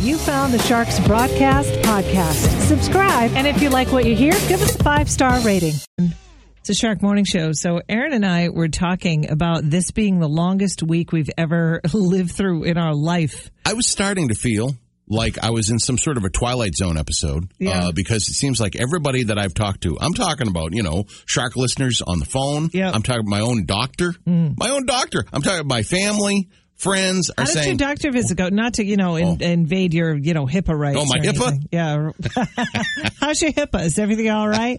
You found the Sharks Broadcast Podcast. Subscribe, and if you like what you hear, give us a five star rating. It's a Shark Morning Show. So Aaron and I were talking about this being the longest week we've ever lived through in our life. I was starting to feel like I was in some sort of a Twilight Zone episode Yeah. uh, because it seems like everybody that I've talked to, I'm talking about, you know, shark listeners on the phone. Yep. Hmm. I'm talking about my own doctor, my own doctor. I'm talking about my family, friends are How did your saying, doctor visit go? Not to, you know, in, invade your, you know, HIPAA rights. Oh, my or HIPAA? anything. Yeah. How's your HIPAA? Is everything all right?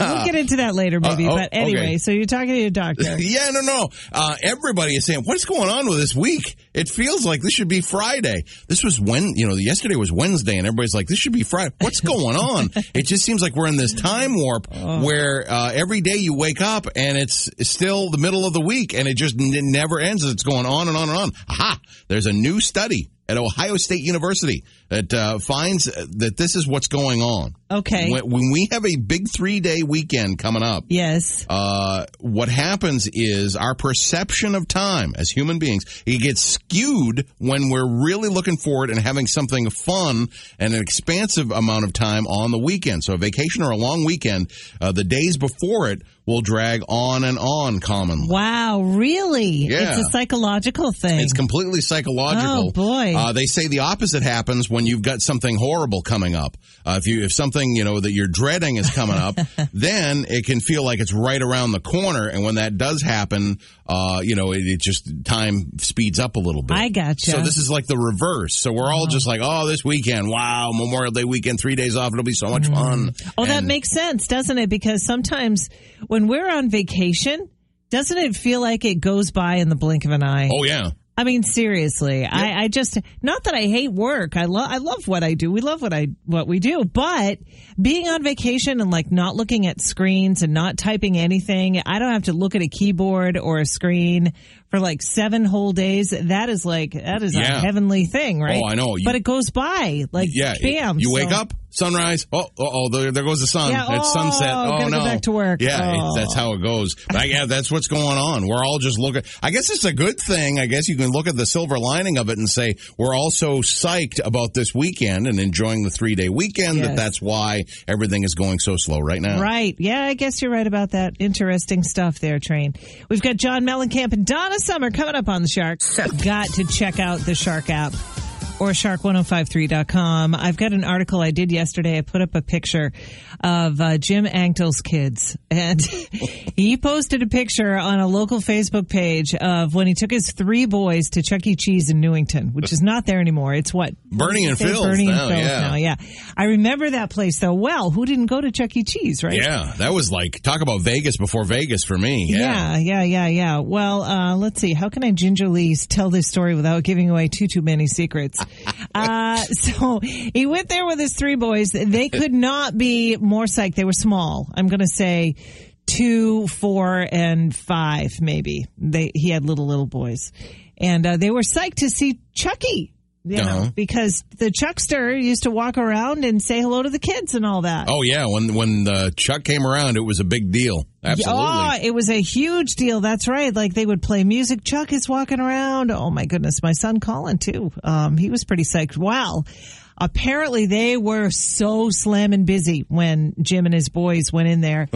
we'll get into that later, maybe. Uh, oh, but anyway, okay. so you're talking to your doctor. yeah, no, no. Uh, everybody is saying, what's going on with this week? It feels like this should be Friday. This was when, you know, yesterday was Wednesday, and everybody's like, this should be Friday. What's going on? it just seems like we're in this time warp where uh, every day you wake up and it's still the middle of the week, and it just n- never ends. It's going on and on and on. Aha! There's a new study at Ohio State University that uh, finds that this is what's going on. Okay. When, when we have a big three day weekend coming up, yes. uh, what happens is our perception of time as human beings it gets skewed when we're really looking forward and having something fun and an expansive amount of time on the weekend. So a vacation or a long weekend, uh, the days before it will drag on and on. Commonly, Wow. Really? Yeah. It's a psychological thing. it's completely psychological. Mm. Oh, boy. Uh, they say the opposite happens when you've got something horrible coming up. Uh, if you if something you know that you're dreading is coming up, then it can feel like it's right around the corner. And when that does happen, uh, you know, it, it just time speeds up a little bit. I gotcha. So this is like the reverse. So we're all just like, oh, this weekend, wow, Memorial Day weekend, three days off, it'll be so much fun. Oh, that And- makes sense, doesn't it? Because sometimes when we're on vacation, doesn't it feel like it goes by in the blink of an eye? Oh yeah. I mean, seriously, I, I just not that I hate work. I love I love what I do. We love what I what we do. But being on vacation and like not looking at screens and not typing anything, I don't have to look at a keyboard or a screen for like seven whole days. That is like that is Yeah. a heavenly thing, right? Oh, I know. You- but it goes by like Yeah, bam. You so- wake up, sunrise. Oh, oh, oh there, there goes the sun. Yeah, it's oh, sunset. Oh gotta go no, back to work. Yeah, it- Oh. that's how it goes. But I, yeah, that's what's going on. We're all just looking. I guess it's a good thing. I guess you can look at the silver lining of it and say we're all so psyched about this weekend and enjoying the three day weekend that Yes. that's why everything is going so slow right now. Right. Yeah, I guess you're right about that. Interesting stuff there, Train. We've got John Mellencamp and Donna Summer coming up on the Shark. got to check out the Shark app or shark1053.com. I've got an article I did yesterday. I put up a picture of uh, Jim Angtel's kids and he posted a picture on a local Facebook page of when he took his three boys to Chuck E. Cheese in Newington, which is not there anymore. It's what? Bernie and Say Phil's Bernie now, and Phil's yeah. now, yeah. I remember that place though. Well, who didn't go to Chuck E. Cheese, right? Yeah, that was like talk about Vegas before Vegas for me. Yeah, yeah, yeah, yeah. Well, uh, let's see. How can I gingerly s- tell this story without giving away too, too many secrets? uh, so he went there with his three boys. They could not be more psyched. They were small. I'm going to say two, four, and five, maybe. They, he had little, little boys. And uh, they were psyched to see Chucky. You know, Uh-huh. because the Chuckster used to walk around and say hello to the kids and all that. Oh yeah, when when uh, Chuck came around, it was a big deal. Absolutely. Oh, it was a huge deal. That's right. Like they would play music. Chuck is walking around. Oh my goodness. My son Colin too. Um, he was pretty psyched. Wow. Apparently they were so slamming busy when Jim and his boys went in there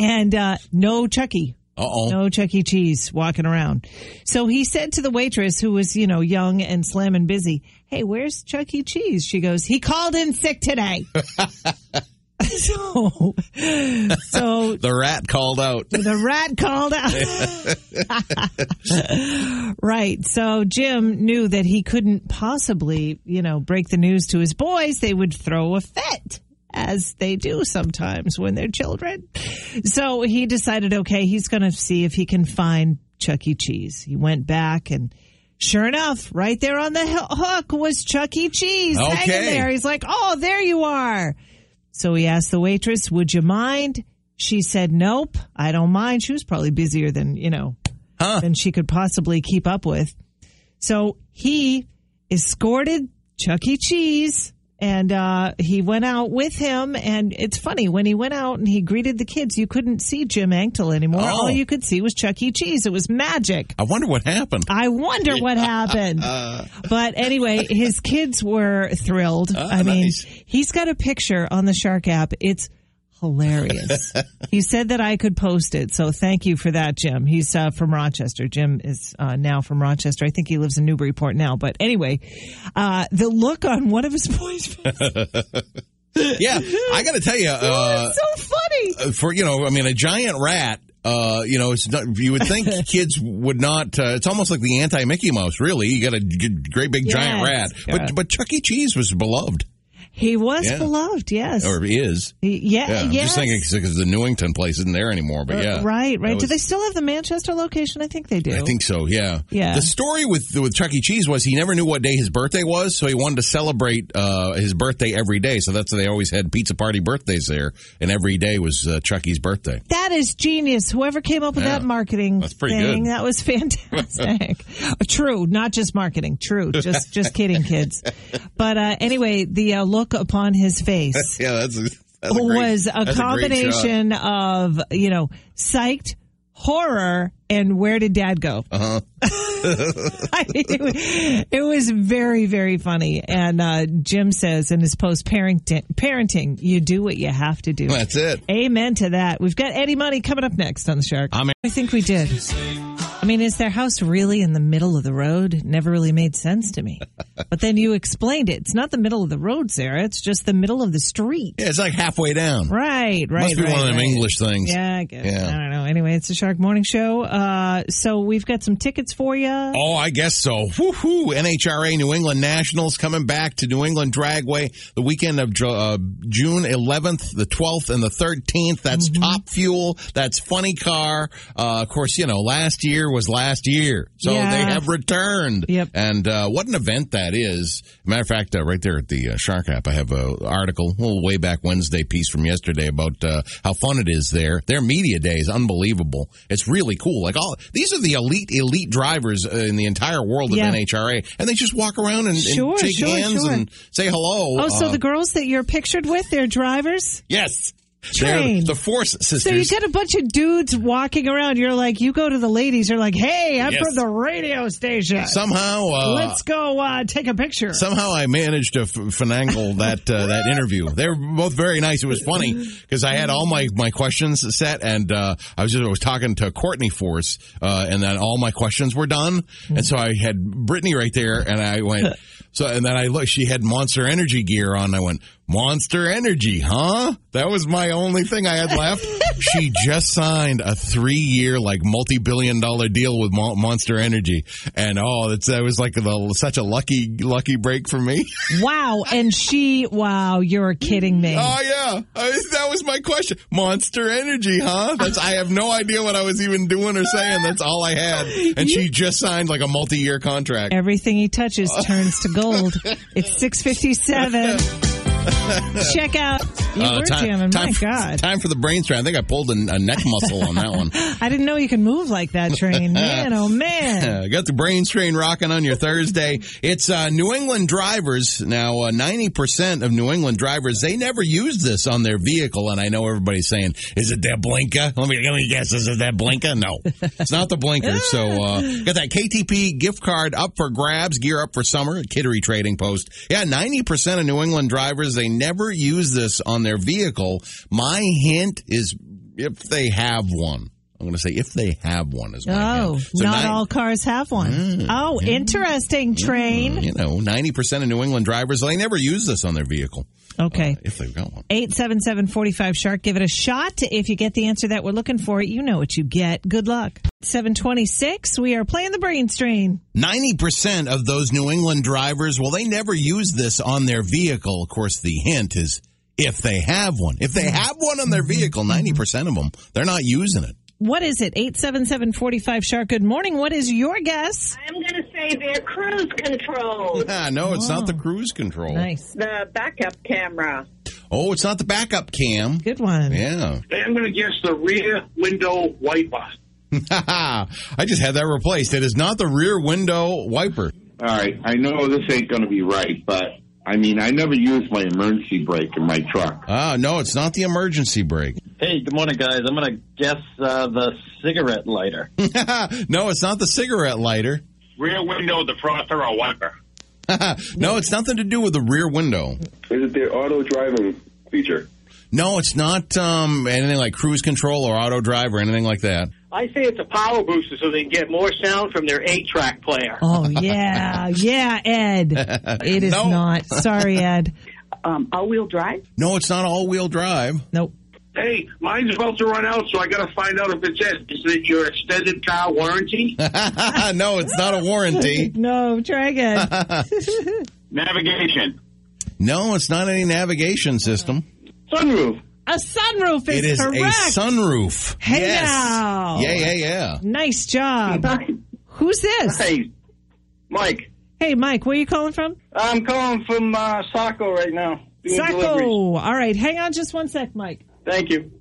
and, uh, no Chucky. Uh oh. No Chuck E. Cheese walking around. So he said to the waitress who was, you know, young and slamming busy, Hey, where's Chuck E. Cheese? She goes, He called in sick today. so, so The rat called out. the rat called out. right. So Jim knew that he couldn't possibly, you know, break the news to his boys. They would throw a fit. As they do sometimes when they're children. So he decided, okay, he's going to see if he can find Chuck E. Cheese. He went back and sure enough, right there on the h- hook was Chuck E. Cheese hanging Okay. there. He's like, oh, there you are. So he asked the waitress, would you mind? She said, nope, I don't mind. She was probably busier than, you know, than she could possibly keep up with. So he escorted Chuck E. Cheese And uh, he went out with him, and it's funny when he went out and he greeted the kids. You couldn't see Jim Anktel anymore. Oh. All you could see was Chuck E. Cheese. It was magic. I wonder what happened. I wonder what happened. But anyway, his kids were thrilled. I mean, Ah, nice. he's got a picture on the Shark app. It's hilarious. he said that I could post it. So thank you for that, Jim. He's uh, from Rochester. Jim is uh, now from Rochester. I think he lives in Newburyport now. But anyway, uh, the look on one of his boys' was Yeah, I got to tell you, uh, so funny. for you know, I mean, a giant rat. Uh, you know, it's not, you would think kids would not. Uh, it's almost like the anti Mickey Mouse. Really, you got a g- great big giant rat, Yes, but God. but Chuck E. Cheese was beloved, He was Yeah. beloved. Yes. or is. He- yeah. Yeah, I'm yes. Uh, just thinking because the Newington place isn't there anymore. But yeah, Right, That right. do was- they still have the Manchester location? I think they do. I think so. Yeah. Yeah. The story with with Chuck E. Cheese was he never knew what day his birthday was, so he wanted to celebrate uh, his birthday every day. So that's why they always had pizza party birthdays there, and every day was uh, Chuck E.'s birthday. That is genius. Whoever came up with Yeah. that marketing That's pretty thing, good. that was fantastic. True, not just marketing. True, just just kidding, kids. But uh, anyway, the uh, look upon his face Yeah, that's. A- that's a great- was a that's great shot. combination of you know psyched horror and where did dad go Uh-huh. I mean, it, was, it was very very funny and uh, jim says in his post parenting parenting you do what you have to do That's it. Amen to that. We've got Eddie Money coming up next on the Shark. I'm- I think we did. I mean, is their house really in the middle of the road? It never really made sense to me. But then you explained it. It's not the middle of the road, Sarah. It's just the middle of the street. Yeah, it's like halfway down. Right, right. Must be right, one of them right. English things. Yeah, I guess. Yeah. I don't know. Anyway, it's the Shark Morning Show. Uh, so we've got some tickets for you. Oh, I guess so. Woohoo! NHRA New England Nationals coming back to New England Dragway the weekend of Ju- uh, June 11th, the 12th, and the 13th. That's Mm-hmm. Top Fuel. That's Funny Car. Uh, of course, you know last year was last year, so Yeah. they have returned. Yep. And uh, what an event that is! Matter of fact, uh, right there at the uh, Shark app, I have a article, a little way back Wednesday piece from yesterday about uh, how fun it is there. Their media day is unbelievable. It's really cool. Like all these are the elite, elite drivers uh, in the entire world of Yeah. NHRA, and they just walk around and, and Sure, shake sure, hands sure. and say hello. Oh, so Uh, the girls that you're pictured with, they're drivers? yes, Train. they're the Force sisters. So you got a bunch of dudes walking around. You're like, you go to the ladies. You're like, hey, I'm Yes. from the radio station. somehow. Uh, Let's go uh, take a picture. Somehow I managed to f- finagle that uh, that interview. They were both very nice. It was funny because I had all my, my questions set, and uh, I was just I was talking to Courtney Force, uh, and then all my questions were done, and so I had Brittany right there, and I went. So and then I looked. She had Monster Energy gear on. and I went Monster Energy, huh? That was my only thing I had left. she just signed a three year like multi billion dollar deal with Mon- Monster Energy, and oh, that's that was like the, such a lucky lucky break for Hmm. me. wow. And she, wow, you're kidding me. Oh yeah, I, that was my question. Monster Energy, huh? That's I have no idea what I was even doing or saying. That's all I had, and she just signed like a multi-year contract. Everything he touches Oh. turns to gold. it's 657. Check out. You Uh, were jamming. My for, God. time for the brain strain. I think I pulled a, a neck muscle on that one. I didn't know you could move like that, train. Man, oh, man. Uh, got the brain strain rocking on your Thursday. It's uh, New England drivers. Now, uh, ninety percent of New England drivers they never use this on their vehicle, and I know everybody's saying, "Is it that blinker?" Let me let me guess. Is it that blinker? No, it's not the blinker. So, uh, got that KTP gift card up for grabs. Gear up for summer at Kittery Trading Post. Yeah, ninety percent of New England drivers they never use this on their vehicle. My hint is if they have one. I'm going to say if they have one is my Oh, hint. So Mm. not nine- all cars have one. oh, interesting, train. you know, 90% of New England drivers, they never use this on their vehicle Okay. if they've got one. 877-45 shark give it a shot if you get the answer that we're looking for you know what you get good luck 726 we are playing the brain strain 90% of those New England drivers, well, they never use this on their vehicle. Of course, the hint is if they have one. If they have one on their vehicle, 90% of them, they're not using it. what is it 877-45 shark good morning what is your guess I'm going to say their cruise control, Ah, no, it's not the cruise control. nice the backup camera. Oh, it's not the backup cam. good one Yeah. I'm going to guess the rear window wiper. I just had that replaced. It is not the rear window wiper. All right. I know this ain't going to be right, but I mean, I never use my emergency brake in my truck. Ah, no, it's not the emergency brake. Hey, good morning, guys. I'm going to guess uh, the cigarette lighter. no, it's not the cigarette lighter. Rear window defroster or wiper. No, it's nothing to do with the rear window. Is it their auto driving feature? No, it's not um, anything like cruise control or auto drive or anything like that. I say it's a power booster so they can get more sound from their eight-track player. Oh, yeah. Yeah, Ed. It is No. not. Sorry, Ed. Um, all-wheel drive? No, it's not all wheel drive. Nope. Hey, mine's about to run out, so I got to find out if it says is it your extended car warranty? Ah, no, it's not a warranty. No, try again. Navigation. No, it's not any navigation system. Sunroof. a sunroof is, It is correct. a sunroof. Hey yes. now. Yeah, yeah, yeah. nice job. Who's this? Hey, Mike, Hey, Mike, where are you calling from? I'm calling from uh, Saco right now. doing deliveries. Sacco. All right, hang on just one sec, Mike. Thank you.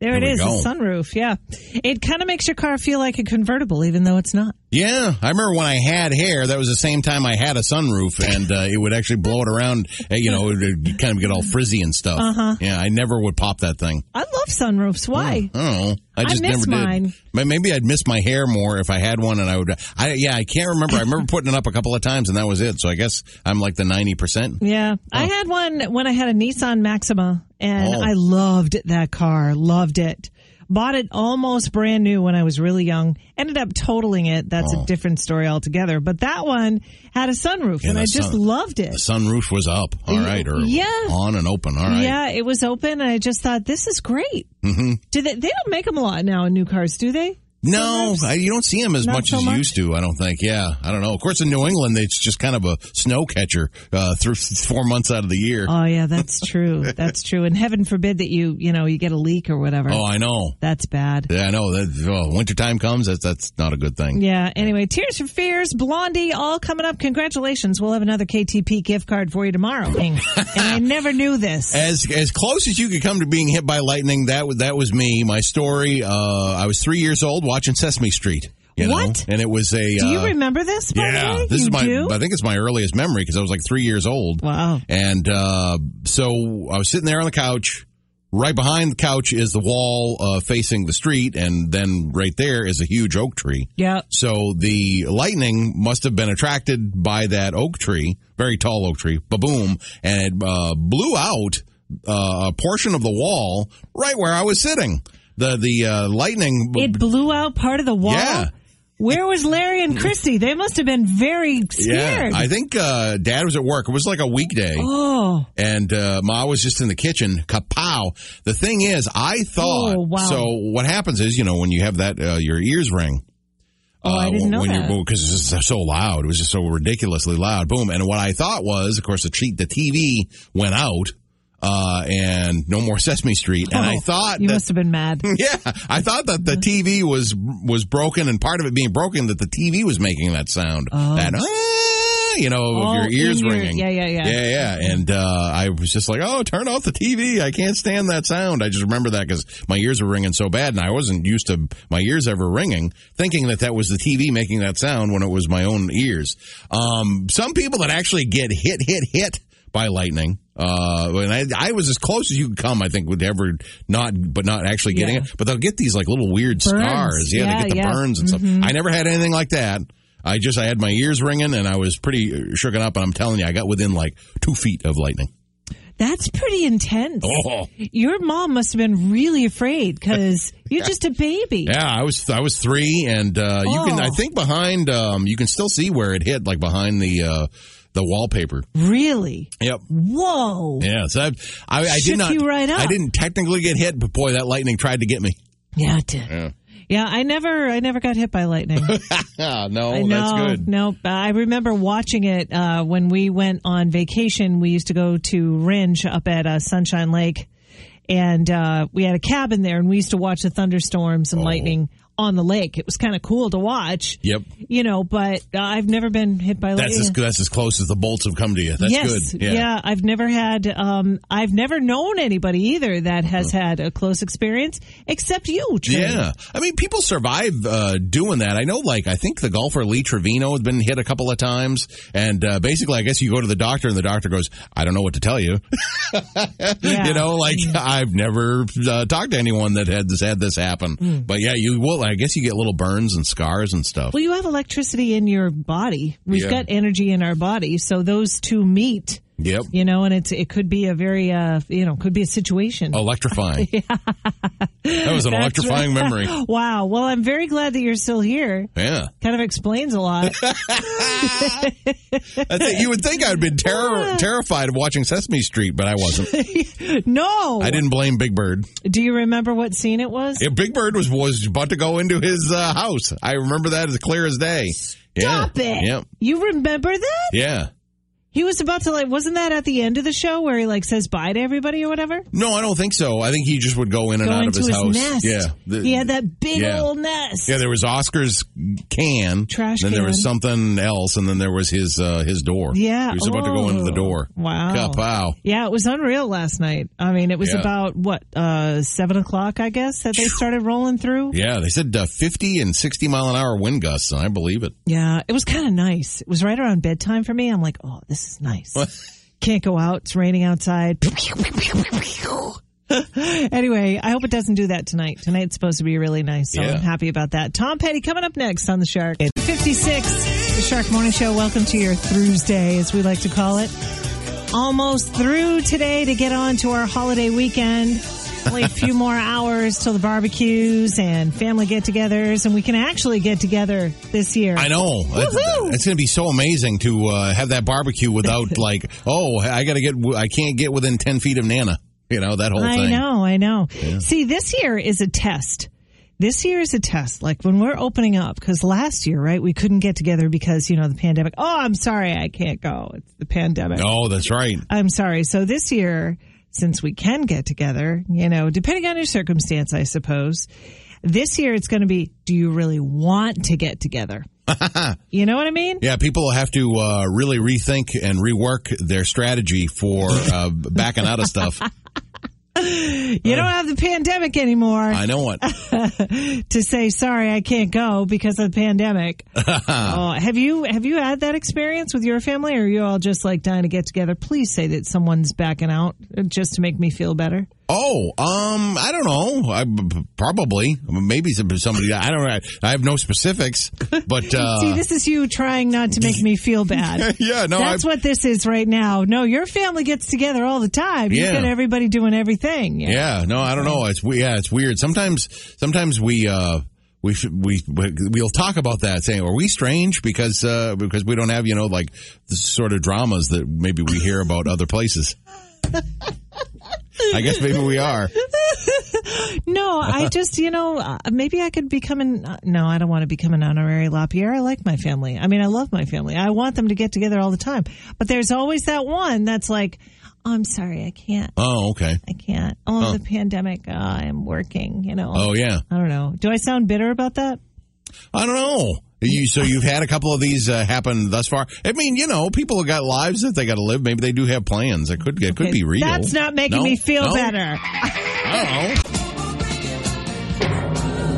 There it There we is, a go. sunroof. Yeah. It kind of makes your car feel like a convertible, even though it's not. Yeah, I remember when I had hair. That was the same time I had a sunroof, and uh, it would actually blow it around. uh, You know, it would kind of get all frizzy and stuff. Uh-huh. Yeah, I never would pop that thing. I love sunroofs. Why? I don't know. I just miss never mine. did. But Maybe I'd miss my hair more if I had one, and I would. I yeah, I can't remember. I remember putting it up a couple of times, and that was it. So I guess I'm like the ninety percent. Yeah. I had one when I had a Nissan Maxima and Oh. I loved that car. Loved it. Bought it almost brand new when I was really young. Ended up totaling it. That's Oh. a different story altogether. But that one had a sunroof and the I just sun- loved it. The sunroof was up. All right, or Mm, Yeah. on and open. All right. Yeah, it was open and I just thought this is great. Mm-hmm. Do they they don't make them a lot now in new cars, do they? No, I, you don't see them as Not much so as you much? used to. I don't think. Yeah, I don't know. Of course, in New England, it's just kind of a snow catcher uh, through four months out of the year. Oh yeah, that's true. that's true. And heaven forbid that you, you know, you get a leak or whatever. oh, I know. That's bad. Yeah, I know. That oh, winter time comes. That's that's not a good thing. Yeah. Anyway, Tears for Fears, Blondie, all coming up. Congratulations. We'll have another KTP gift card for you tomorrow. and I never knew this. As as close as you could come to being hit by lightning, that was that was me. My story. Uh, I was three years old watching Sesame Street. You know? What? And it was a. Do you uh, remember this? By Yeah, the way? this you is my. Do? I think it's my earliest memory because I was like three years old. Wow. And uh, so I was sitting there on the couch. Right behind the couch is the wall uh, facing the street, and then right there is a huge oak tree. Yeah. So the lightning must have been attracted by that oak tree, very tall oak tree, ba boom, and it uh, blew out uh, a portion of the wall right where I was sitting. The the uh, lightning. It blew out part of the wall. Yeah. Where was Larry and Christy? They must have been very yeah, scared. I think uh, Dad was at work. It was like a weekday. oh. and uh, Ma was just in the kitchen. Kapow! The thing is, I thought. Oh, wow. So what happens is, you know, when you have that, uh, your ears ring. uh, Oh, I didn't know when that. because it's just so loud. It was just so ridiculously loud. Boom! And what I thought was, of course, the treat the TV went out, uh, and no more Sesame Street. And I Oh, thought You that. must have been mad. Yeah, I thought that the TV was was broken, and part of it being broken, that the TV was making that sound. That "Ah," you know, Oh, of your ears in your- ringing. yeah, yeah, yeah. yeah, yeah. And uh, I was just like, "Oh, turn off the TV! I can't stand that sound." I just remember that because my ears were ringing so bad, and I wasn't used to my ears ever ringing, thinking that that was the TV making that sound when it was my own ears. Um, some people that actually get hit, hit, hit by lightning. Uh, and I, I was as close as you could come, I think, with ever not, but not actually getting Yeah. it. But they'll get these like little weird Burns. scars. Yeah, Yeah, they get the yeah. Mm-hmm. burns and stuff. I never had anything like that. I just, I had my ears ringing and I was pretty uh, shooken up. And I'm telling you, I got within like two feet of lightning. That's pretty intense. Oh, Your mom must have been really afraid because you're just a baby. yeah. I was, I was three and, uh, you can, Oh. I think behind, um, you can still see where it hit, like behind the, uh, the wallpaper. Really? Yep. Whoa. Yeah. So I, I, I Shook did not, you right I up. didn't technically get hit, but boy, that lightning tried to get me. Yeah, it did. Yeah. Yeah, I never, I never got hit by lightning. Ah, no, I that's know, good. no. I remember watching it uh, when we went on vacation. We used to go to Ringe up at uh, Sunshine Lake, and uh, we had a cabin there, and we used to watch the thunderstorms and lightning on the lake. It was kind of cool to watch. Oh. Yep. You know, but uh, I've never been hit by That's as lightning. that's as close as the bolts have come to you. That's Oh, yes, good. Yeah. I've never had. Um, I've never known anybody either that has had a close experience, except you. Trey. Yeah. I mean, people survive uh, doing that. I know, like, I think the golfer Lee Trevino has been hit a couple of times. And uh, basically, I guess you go to the doctor and the doctor goes, I don't know what to tell you. You know, like, Mm-hmm. I've never uh, talked to anyone that had this, had this happen. Mm. But yeah, you will. I guess you get little burns and scars and stuff. Well, you have electricity in your body. We've Yeah. got energy in our body, so those two meet. Yep. You know, and it's it could be a very uh you know could be a situation. Oh. Electrifying. That was an That's electrifying right. memory. Wow. Well, I'm very glad that you're still here. Yeah. Kind of explains a lot. That's it. You would think I'd been terror- terrified of watching Sesame Street, but I wasn't. no. I didn't blame Big Bird. Do you remember what scene it was? Yeah, Big Bird was was about to go into his uh, house. I remember that as clear as day. Stop yeah. it. Yep. You remember that? Yeah. He was about to like wasn't that at the end of the show where he like says bye to everybody or whatever? No, I don't think so. I think he just would go in and Go out of into his, his house. nest. Yeah. The- he had that big yeah. old nest. yeah, there was Oscar's can, Trash then there was can. something else, and then there was his uh, his door. Yeah. he was about to go into the Oh. door. Wow. Kapow. Yeah, it was unreal last night. I mean, it was Yeah. about what uh seven o'clock, I guess, that they started rolling through. Yeah, they said uh, fifty and sixty mile an hour wind gusts, and I believe it. Yeah, it was kind of nice. It was right around bedtime for me. I'm like, oh, this is nice. Can't go out. It's raining outside. anyway, I hope it doesn't do that tonight. Tonight's supposed to be really nice, so Yeah. I'm happy about that. Tom Petty coming up next on The Shark. 56, The Shark Morning Show. Welcome to your Thursday, as we like to call it. Almost through today to get on to our holiday weekend. Only a few more hours till the barbecues and family get togethers, and we can actually get together this year. I know. That's, Woohoo! that's going to be so amazing to uh, have that barbecue without like, oh, I got to get, I can't get within ten feet of Nana. You know that whole I thing. know, I know. See, this year is a test. This year is a test. Like when we're opening up, because last year, right, we couldn't get together because, you know, the pandemic. Oh, I'm sorry, I can't go. It's the pandemic. Oh, that's right. I'm sorry. So this year, since we can get together, you know, depending on your circumstance, I suppose, this year it's going to be do you really want to get together? you know what I mean? Yeah, people will have to uh, really rethink and rework their strategy for uh, backing out of stuff. You don't have the pandemic anymore. I know it. to say sorry I can't go because of the pandemic. oh, have you have you had that experience with your family or are you all just like dying to get together? Please say that someone's backing out uh, just to make me feel better. Oh, um, I don't know. I, probably, maybe some- somebody. I don't know. I have no specifics, but uh, See, this is you trying not to make me feel bad. yeah, no, That's I, what this is right now. No, your family gets together all the time. You've Yeah. got everybody doing everything. you know? Yeah, no, I don't know. It's we, yeah, it's weird. Sometimes, sometimes we, uh, we, should- we, we- we'll talk about that saying, are we strange? Because, uh, because we don't have, you know, like the sort of dramas that maybe we hear about other places. I guess maybe we are. No, I just, you know, uh, maybe I could become an. uh, No, I don't want to become an honorary LaPierre. I like my family. I mean, I love my family. I want them to get together all the time. But there's always that one that's like, oh, I'm sorry, I can't. Oh, okay. I can't. Oh, the pandemic. Uh, I'm working, you know. Oh, yeah. I don't know. Do I sound bitter about that? I don't know. You, so you've had a couple of these uh, happen thus far. I mean, you know, people have got lives that they got to live. Maybe they do have plans. It could, it could be real. That's not making No? me feel No? better. I don't know.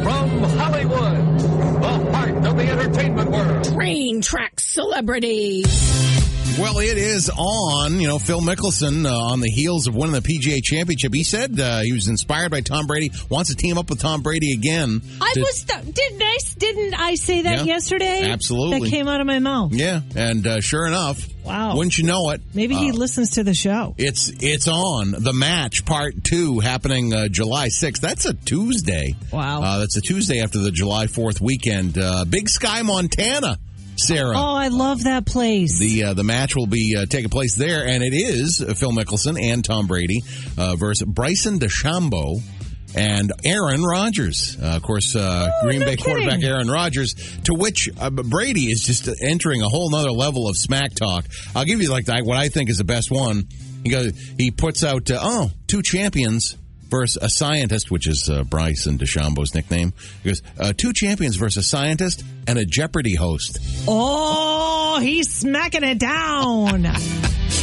From Hollywood, the heart of the entertainment world. Train track celebrities. Well, it is on. You know, Phil Mickelson uh, on the heels of winning the PGA Championship. He said uh, he was inspired by Tom Brady. Wants to team up with Tom Brady again. I to- was. Th- didn't I? Didn't I say that Yeah. yesterday? Absolutely. That came out of my mouth. Yeah, and uh, sure enough, Wow. Wouldn't you know it? Maybe he listens to the show. It's it's on the match part two happening uh, July sixth. That's a Tuesday. Wow. uh, that's a Tuesday after the July fourth weekend. Uh, Big Sky, Montana, Sarah. Oh, I love that place. The uh, the match will be uh, taking place there, and it is uh, Phil Mickelson and Tom Brady uh, versus Bryson DeChambeau and Aaron Rodgers. Uh, of course, uh, Green Oh, no Bay kidding. quarterback Aaron Rodgers, to which uh, Brady is just entering a whole nother level of smack talk. I'll give you like the, what I think is the best one. He goes, he puts out, uh, oh, two champions. versus a scientist, which is uh, Bryce and DeChambeau's nickname. He goes, uh, two champions versus a scientist and a Jeopardy host. Oh, he's smacking it down.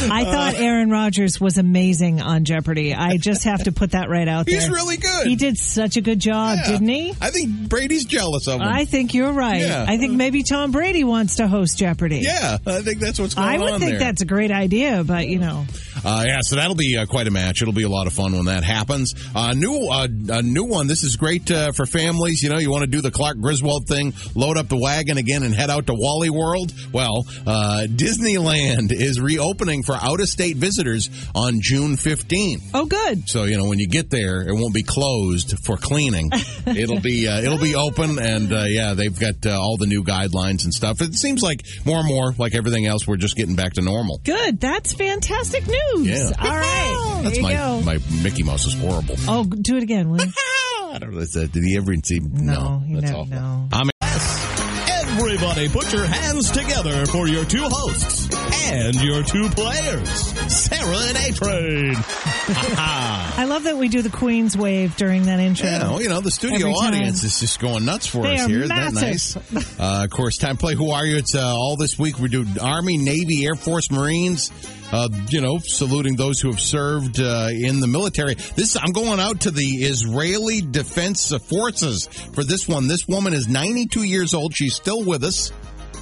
I thought Aaron Rodgers was amazing on Jeopardy. I just have to put that right out there. He's really good. He did such a good job, Yeah. didn't he? I think Brady's jealous of him. I think you're right. Yeah. I think maybe Tom Brady wants to host Jeopardy. yeah, I think that's what's going on I would think there. that's a great idea, but you know, Uh, yeah, so that'll be uh, quite a match. It'll be a lot of fun when that happens. Uh, new, uh, a new one. This is great uh, for families. You know, you want to do the Clark Griswold thing, load up the wagon again, and head out to Wally World. Well, uh, Disneyland is reopening for out-of-state visitors on June fifteenth. oh, good. So you know when you get there, it won't be closed for cleaning. It'll be uh, it'll be open, and uh, yeah, they've got uh, all the new guidelines and stuff. It seems like more and more, like everything else, we're just getting back to normal. Good. That's fantastic news. Yeah. All right. That's there my you go. my Mickey Mouse is horrible. oh, do it again, will you? I don't know. Is that, did he ever see? No, No, you that's never awful. know. I'm Everybody put your hands together for your two hosts and your two players, Sarah and A-Train. Ha-ha. I love that we do the Queen's wave during that intro. Yeah, well, you know, the studio Every time. audience is just going nuts for They us are here. massive. Isn't that nice? Uh, of course, time to play. Who are you? It's uh, all this week. We do Army, Navy, Air Force, Marines. Uh, you know, saluting those who have served uh, in the military. This I'm going out to the Israeli Defense Forces for this one. This woman is 92 years old. She's still with us.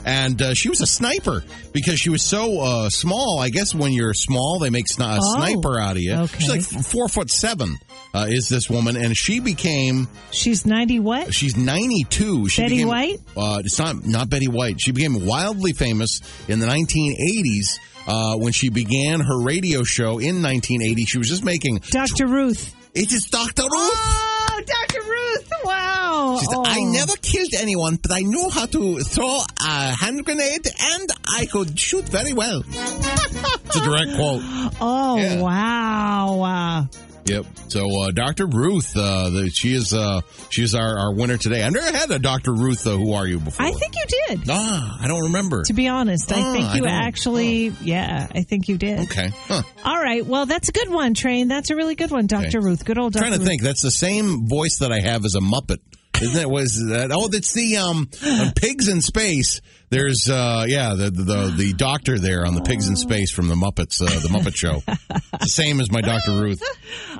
And uh, she was a sniper because she was so uh, small. I guess when you're small, they make sni- a Oh. sniper out of you. She's Okay. like four foot seven uh, is this woman, and she became She's 90 what? she's ninety two. She Betty became, White? Uh, it's not not Betty White. She became wildly famous in the nineteen eighties. Uh, when she began her radio show in 1980, she was just making Dr. Ruth. it is Dr. Ruth. Oh, Dr. Ruth. Wow. She said, Oh. I never killed anyone, but I knew how to throw a hand grenade and I could shoot very well. it's a direct quote. Oh, Yeah. wow. Wow. Yep. So uh, Dr. Ruth, uh, the, she is uh, she is our, our winner today. I've never had a Dr. Ruth. Uh, who are you before? I think you did. Ah, I don't remember. To be honest, I Ah, think I you don't- actually, yeah, I think you did. okay. Huh. All right. Well, that's a good one, Train. That's a really good one, Dr. Okay. Ruth. Good old Dr. trying to Ruth. think. That's the same voice that I have as a Muppet. Isn't it? Was that? Oh, that's the um, uh, pigs in space. There's uh, yeah, the, the the doctor there on the pigs in Oh. space from the Muppets, uh, the Muppet Show. It's the same as my Doctor Ruth.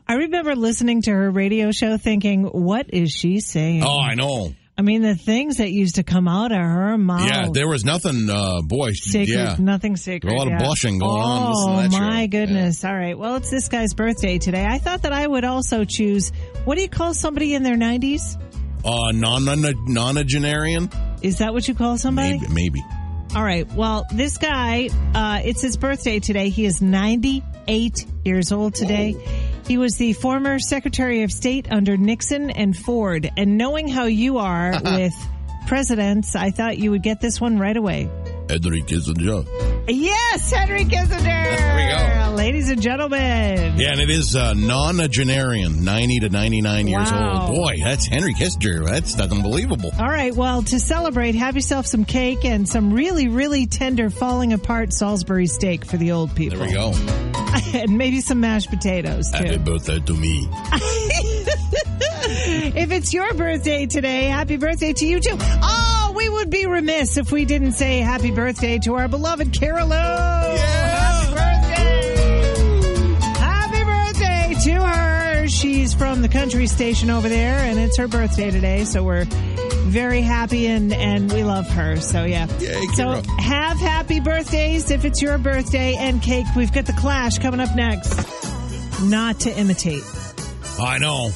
I remember listening to her radio show thinking, what is she saying? Oh, I know. I mean, the things that used to come out of her mouth. Yeah, there was nothing. Uh, boy, Oh. Sacred, yeah, nothing sacred. A lot of yeah. blushing going oh, on. Listen to that my show. goodness! All right, well, it's this guy's birthday today. I thought that I would also choose. What do you call somebody in their nineties? uh, non nonagenarian. Is that what you call somebody? Maybe, maybe. All right. Well, this guy, uh, it's his birthday today. He is 98 years old today. Oh. He was the former Secretary of State under Nixon and Ford. And knowing how you are with presidents, I thought you would get this one right away. Henry Kissinger. Yes, Henry Kissinger. There we go. Ladies and gentlemen. Yeah, and it is uh, nonagenarian, ninety to ninety-nine years Wow. old. Boy, that's Henry Kissinger. That's, that's unbelievable. All right. Well, to celebrate, have yourself some cake and some really, really tender falling apart Salisbury steak for the old people. There we go. and maybe some mashed potatoes too. Happy birthday to me. if it's your birthday today, happy birthday to you too. Oh, we would be remiss if we didn't say happy birthday to our beloved Carol. O. Happy birthday. Happy birthday to her. She's from the country station over there and it's her birthday today, so we're very happy and and we love her. So yeah. Yay, so Carol. have happy birthdays if it's your birthday and cake. We've got the clash coming up next. Not to imitate. I know.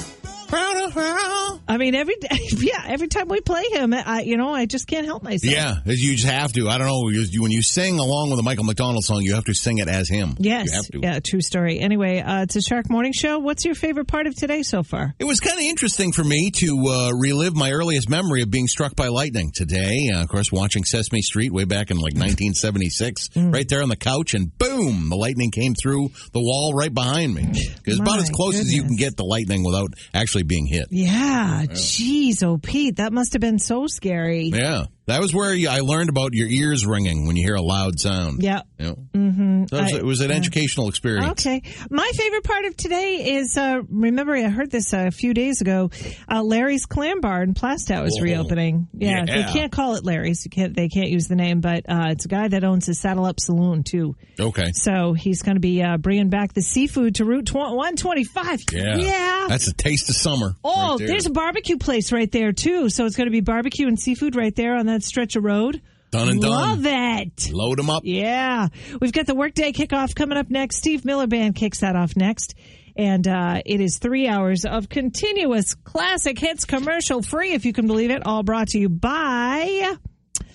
I mean, every yeah, every time we play him, I you know I just can't help myself. Yeah, you just have to. I don't know. You, when you sing along with a Michael McDonald song, you have to sing it as him. You have Yes. to. Yeah. True story. Anyway, uh, it's a Shark Morning Show. What's your favorite part of today so far? It was kind of interesting for me to uh, relive my earliest memory of being struck by lightning today. Uh, of course, watching Sesame Street way back in Mm. like 1976, right there on the couch, and boom, the lightning came through the wall right behind me. It's about My as close as you can goodness. get to lightning without actually being hit. Yeah. Jeez, oh Pete, that must have been so scary. Yeah. That was where you, I learned about your ears ringing when you hear a loud sound. Yeah. You know? Mm-hmm. So it, was, I- it was an yeah. educational experience. Okay. My favorite part of today is uh, remember I heard this uh, a few days ago. Uh, Larry's Clam Bar in Plastow is Whoa. reopening. Yeah, Yeah. they can't call it Larry's. You can't. They can't use the name, but uh, it's a guy that owns a Saddle Up Saloon too. Okay. So he's going to be uh, bringing back the seafood to Route tw- 125. Yeah. Yeah. That's a taste of summer. Oh, right there. there's a barbecue place right there too. So it's going to be barbecue and seafood right there on that stretch of road. Done and done. Love it. Load them up. Yeah. We've got the workday kickoff coming up next. Steve Miller Band kicks that off next. And uh, it is three hours of continuous classic hits, commercial free, if you can believe it, all brought to you by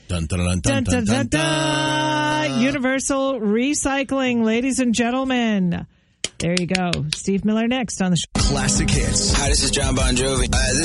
Dun, dun, dun, dun, dun, dun, dun, dun, dun, Universal Recycling, ladies and gentlemen. There you go. Steve Miller next on the show. Classic hits. Hi, this is John Bon Jovi. Uh, this